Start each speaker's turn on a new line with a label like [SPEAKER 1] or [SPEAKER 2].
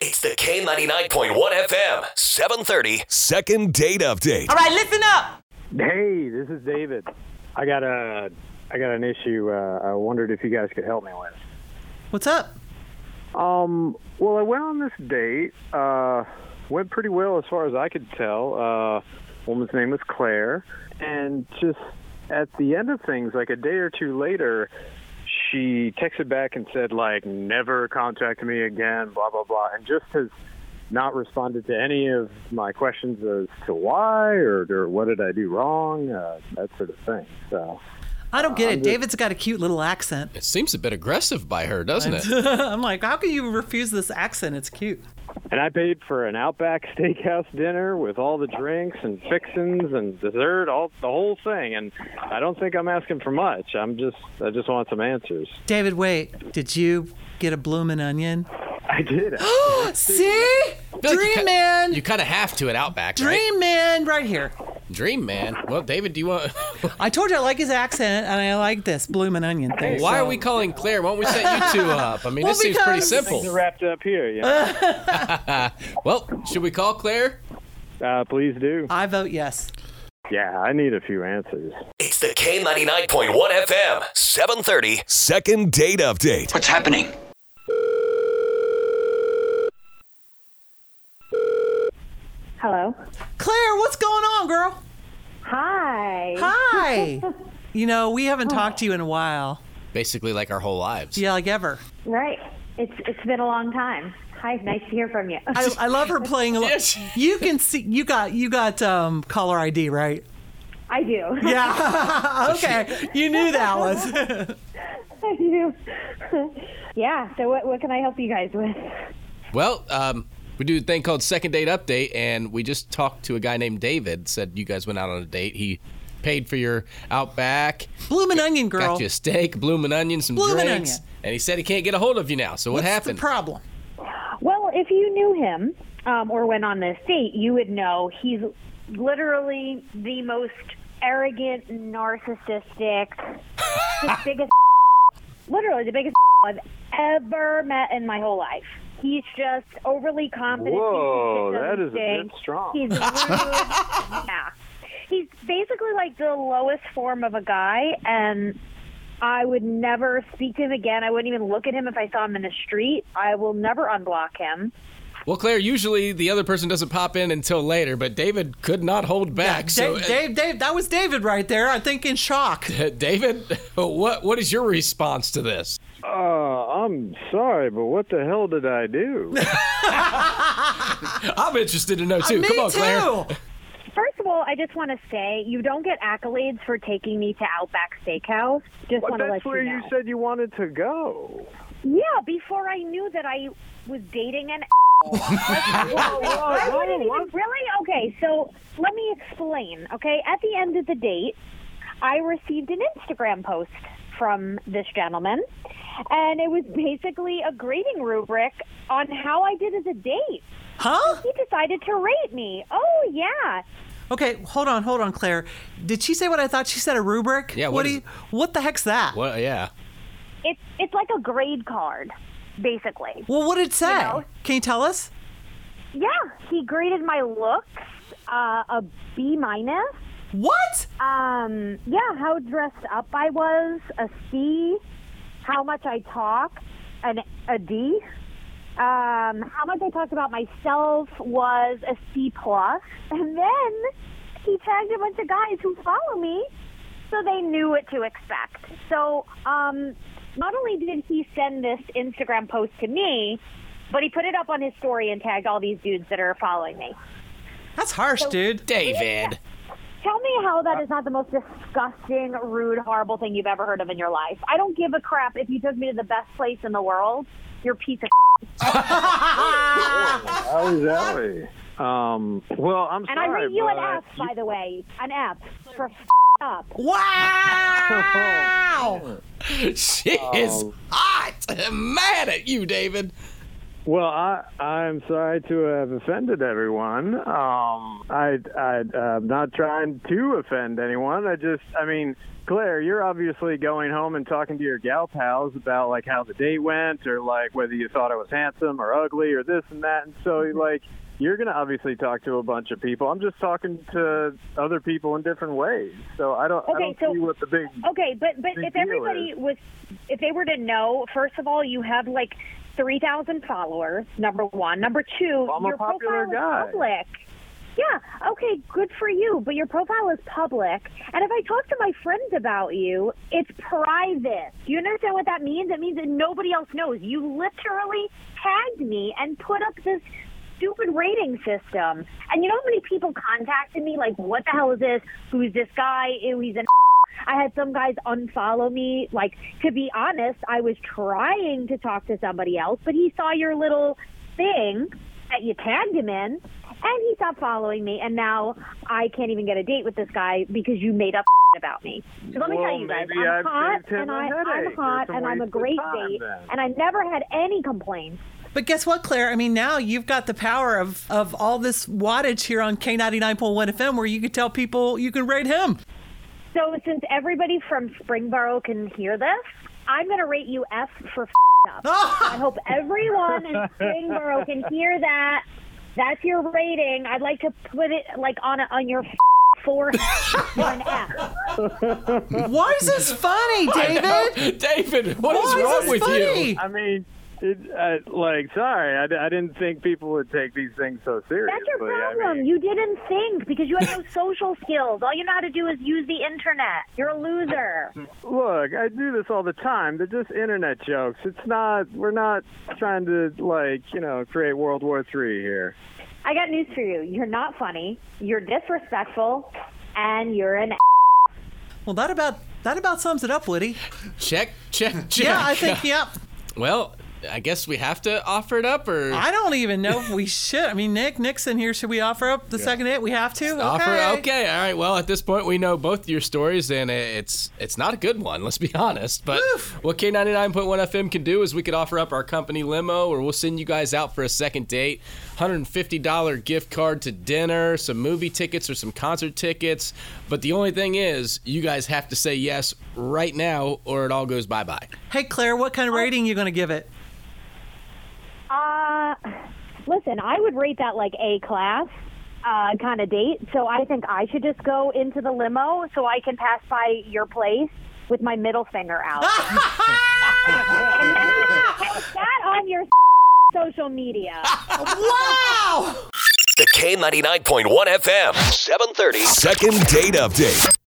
[SPEAKER 1] It's the K99.1 FM, 730.
[SPEAKER 2] Second date update.
[SPEAKER 3] All right, listen up.
[SPEAKER 4] Hey, this is David. I got a I got an issue. Uh, I wondered if you guys could help me with.
[SPEAKER 3] What's up?
[SPEAKER 4] Um, well, I went on this date. Uh, went pretty well as far as I could tell. Uh, woman's name was Claire, and just at the end of things, like a day or two later, she texted back and said like, "Never contact me again." Blah blah blah, and just has not responded to any of my questions as to why or, or what did I do wrong, uh, that sort of thing. So.
[SPEAKER 3] I don't get it. David's got a cute little accent.
[SPEAKER 5] It seems a bit aggressive by her, doesn't it?
[SPEAKER 3] I'm like, how can you refuse this accent? It's cute.
[SPEAKER 4] And I paid for an Outback Steakhouse dinner with all the drinks and fixings and dessert, all the whole thing. And I don't think I'm asking for much. I'm just, I just want some answers.
[SPEAKER 3] David, wait. Did you get a bloomin' onion?
[SPEAKER 4] I did.
[SPEAKER 5] Oh,
[SPEAKER 3] See?
[SPEAKER 5] feel like you
[SPEAKER 3] Dream
[SPEAKER 5] ki-
[SPEAKER 3] man.
[SPEAKER 5] You kind of have to at Outback, right?
[SPEAKER 3] Dream man right here.
[SPEAKER 5] Dream man. Well, David, do you want?
[SPEAKER 3] I told you I like his accent and I like this bloomin' onion thing.
[SPEAKER 5] Why
[SPEAKER 3] so-
[SPEAKER 5] are we calling Claire? Why don't we set you two up? I mean,
[SPEAKER 3] Well,
[SPEAKER 5] this seems pretty
[SPEAKER 3] because-
[SPEAKER 4] Things are
[SPEAKER 5] simple.
[SPEAKER 4] wrapped up here. Yeah.
[SPEAKER 5] Well, should we call Claire?
[SPEAKER 4] Uh, please do.
[SPEAKER 3] I vote yes.
[SPEAKER 4] Yeah, I need a few answers.
[SPEAKER 1] It's the K99.1 FM, 730.
[SPEAKER 2] Second date update.
[SPEAKER 6] What's happening?
[SPEAKER 7] Hello.
[SPEAKER 3] Claire, what's going on, girl?
[SPEAKER 7] Hi.
[SPEAKER 3] Hi. you know, we haven't talked to you in a while.
[SPEAKER 5] Basically, like our whole lives.
[SPEAKER 3] Yeah, like ever.
[SPEAKER 7] Right. It's it's been a long time. Hi. Nice to hear from you.
[SPEAKER 3] I, I love her playing. along.
[SPEAKER 5] Yes.
[SPEAKER 3] You can see you got you got um, caller ID right.
[SPEAKER 7] I do.
[SPEAKER 3] Yeah. okay. You knew that was.
[SPEAKER 7] I do. yeah. So what what can I help you guys with?
[SPEAKER 5] Well, um, we do a thing called second date update, and we just talked to a guy named David. Said you guys went out on a date. He paid for your Outback,
[SPEAKER 3] Bloomin' onion girl.
[SPEAKER 5] got you a steak, bloomin' onion, some
[SPEAKER 3] Bloomin'
[SPEAKER 5] drinks,
[SPEAKER 3] Onion.
[SPEAKER 5] and he said he can't get a hold of you now. So what
[SPEAKER 3] What's
[SPEAKER 5] happened?
[SPEAKER 3] The problem.
[SPEAKER 7] Well, if you knew him um, or went on this date, you would know he's literally the most arrogant, narcissistic, the biggest, literally the biggest I've ever met in my whole life. He's just overly confident.
[SPEAKER 4] Whoa,
[SPEAKER 7] He just
[SPEAKER 4] that
[SPEAKER 7] doesn't
[SPEAKER 4] is a bit
[SPEAKER 7] think.
[SPEAKER 4] strong.
[SPEAKER 7] He's rude. yeah. He's basically like the lowest form of a guy, and I would never speak to him again. I wouldn't even look at him if I saw him in the street. I will never unblock him.
[SPEAKER 5] Well, Claire, usually the other person doesn't pop in until later, but David could not hold back. so,
[SPEAKER 3] Dave, Dave, Dave, that was David right there. I think in shock.
[SPEAKER 5] uh, David, what what is your response to this?
[SPEAKER 4] Uh, I'm sorry, but what the hell did I do?
[SPEAKER 5] I'm interested to know too.
[SPEAKER 3] Uh, Me
[SPEAKER 5] Come on,
[SPEAKER 3] too.
[SPEAKER 5] Claire.
[SPEAKER 7] First of all, I just want to say you don't get accolades for taking me to Outback Steakhouse. Just
[SPEAKER 4] Well,
[SPEAKER 7] want to let
[SPEAKER 4] that's where
[SPEAKER 7] you
[SPEAKER 4] you
[SPEAKER 7] know.
[SPEAKER 4] said you wanted to go.
[SPEAKER 7] yeah, before I knew that I was dating an. I wouldn't even really. Okay, so let me explain. Okay, at the end of the date, I received an Instagram post from this gentleman, and it was basically a grading rubric on how I did as a date.
[SPEAKER 3] Huh?
[SPEAKER 7] He decided to rate me. Oh yeah,
[SPEAKER 3] Okay, hold on, hold on, Claire. Did she say what I thought? She said a rubric.
[SPEAKER 5] Yeah,
[SPEAKER 3] What,
[SPEAKER 5] what
[SPEAKER 3] do
[SPEAKER 5] is
[SPEAKER 3] you,
[SPEAKER 5] it?
[SPEAKER 3] What the heck's that?
[SPEAKER 5] Well, yeah.
[SPEAKER 7] it's it's like a grade card, basically.
[SPEAKER 3] Well, what did it say?
[SPEAKER 7] know.
[SPEAKER 3] Can you tell us?
[SPEAKER 7] Yeah, he graded my looks uh, a B minus.
[SPEAKER 3] What?
[SPEAKER 7] Um, yeah, how dressed up I was, a C, how much I talk, an a D. Um, how much I talked about myself was a C plus. And then he tagged a bunch of guys who follow me, so they knew what to expect. So, um, not only did he send this Instagram post to me, but he put it up on his story and tagged all these dudes that are following me.
[SPEAKER 3] That's harsh, dude.
[SPEAKER 5] David.
[SPEAKER 7] Tell me how that is not the most disgusting, rude, horrible thing you've ever heard of in your life. I don't give a crap if you took me to the best place in the world. You're a piece of.
[SPEAKER 4] Alley's Alley. Oh, Um, well, I'm
[SPEAKER 7] And I
[SPEAKER 4] sorry,
[SPEAKER 7] rate you an
[SPEAKER 4] but
[SPEAKER 7] F, by the way. An F for f- up.
[SPEAKER 4] oh,
[SPEAKER 3] Wow!
[SPEAKER 5] She is
[SPEAKER 3] Oh.
[SPEAKER 5] hot. I'm mad at you, David.
[SPEAKER 4] Well, I, I'm sorry to have offended everyone. Um, I, I, I'm not trying to offend anyone. I just, I mean, Claire, you're obviously going home and talking to your gal pals about like how the date went, or like whether you thought I was handsome or ugly, or this and that. And so,
[SPEAKER 7] Mm-hmm.
[SPEAKER 4] like, you're gonna obviously talk to a bunch of people. I'm just talking to other people in different ways. So I don't, I
[SPEAKER 7] Okay,
[SPEAKER 4] don't
[SPEAKER 7] so- Oh,
[SPEAKER 4] see what the big.
[SPEAKER 7] Okay, but but
[SPEAKER 4] Big
[SPEAKER 7] if
[SPEAKER 4] deal
[SPEAKER 7] everybody
[SPEAKER 4] is-
[SPEAKER 7] was, if they were to know, first of all, you have like three thousand followers. Number one, number 2
[SPEAKER 4] I'm a
[SPEAKER 7] your
[SPEAKER 4] popular
[SPEAKER 7] profile
[SPEAKER 4] guy.
[SPEAKER 7] is public. Yeah, okay, good for you, but your profile is public. And if I talk to my friends about you, it's private. Do you understand what that means? It means that nobody else knows. You literally tagged me and put up this stupid rating system. And you know how many people contacted me like, what the hell is this? Who's this guy? Ew, he's an I had some guys unfollow me. Like, to be honest, I was trying to talk to somebody else, but he saw your little thing that you tagged him in, and he stopped following me. And now I can't even get a date with this guy because you made up about me. So let me
[SPEAKER 4] Well,
[SPEAKER 7] tell you guys,
[SPEAKER 4] maybe
[SPEAKER 7] I'm
[SPEAKER 4] I've
[SPEAKER 7] hot,
[SPEAKER 4] saved him
[SPEAKER 7] and
[SPEAKER 4] a
[SPEAKER 7] I,
[SPEAKER 4] headache
[SPEAKER 7] I'm
[SPEAKER 4] or
[SPEAKER 7] hot,
[SPEAKER 4] some
[SPEAKER 7] and I'm a
[SPEAKER 4] wasted
[SPEAKER 7] great
[SPEAKER 4] time
[SPEAKER 7] date,
[SPEAKER 4] then.
[SPEAKER 7] and I never had any complaints.
[SPEAKER 3] But guess what, Claire? I mean, now you've got the power of, of all this wattage here on K99.1 FM where you could tell people you can rate him.
[SPEAKER 7] So since everybody from Springboro can hear this, I'm going to rate you F for f- up. I hope everyone in Springboro can hear that. That's your rating. I'd like to put it like on a, on your f- forehead for an F.
[SPEAKER 3] Why is this funny, David?
[SPEAKER 5] David, what is
[SPEAKER 3] Why
[SPEAKER 5] wrong
[SPEAKER 3] is this
[SPEAKER 5] with
[SPEAKER 3] funny?
[SPEAKER 5] you?
[SPEAKER 4] I mean, it, I, like, sorry, I, d- I didn't think people would take these things so seriously.
[SPEAKER 7] That's your
[SPEAKER 4] I
[SPEAKER 7] problem.
[SPEAKER 4] mean-
[SPEAKER 7] you didn't think because you had no social skills. All you know how to do is use the internet. You're a loser.
[SPEAKER 4] Look, I do this all the time. They're just internet jokes. It's not. We're not trying to like you know create World War Three here.
[SPEAKER 7] I got news for you. You're not funny. You're disrespectful, and you're an.
[SPEAKER 3] Well, that about that about sums it up, Woody.
[SPEAKER 5] Check, check, check.
[SPEAKER 3] Yeah, I think, yep.
[SPEAKER 5] Well, I guess we have to offer it up, or
[SPEAKER 3] I don't even know if we should. I mean, Nick, Nick's in here. Should we offer up the second hit? We have to?
[SPEAKER 5] offer. Okay, all right. Well, at this point, we know both your stories, and it's it's not a good one. Let's be honest. But what K ninety nine point one FM can do is we could offer up our company limo, or we'll send you guys out for a second date, hundred and fifty dollar gift card to dinner, some movie tickets, or some concert tickets. But the only thing is, you guys have to say yes right now, or it all goes bye bye.
[SPEAKER 3] Hey, Claire, what kind of rating you going to give it?
[SPEAKER 7] Uh, listen, I would rate that like A class uh, kind of date. So I think I should just go into the limo so I can pass by your place with my middle finger out. and then you can post that on your social media.
[SPEAKER 1] The K99.1 FM, 730.
[SPEAKER 2] Second date update.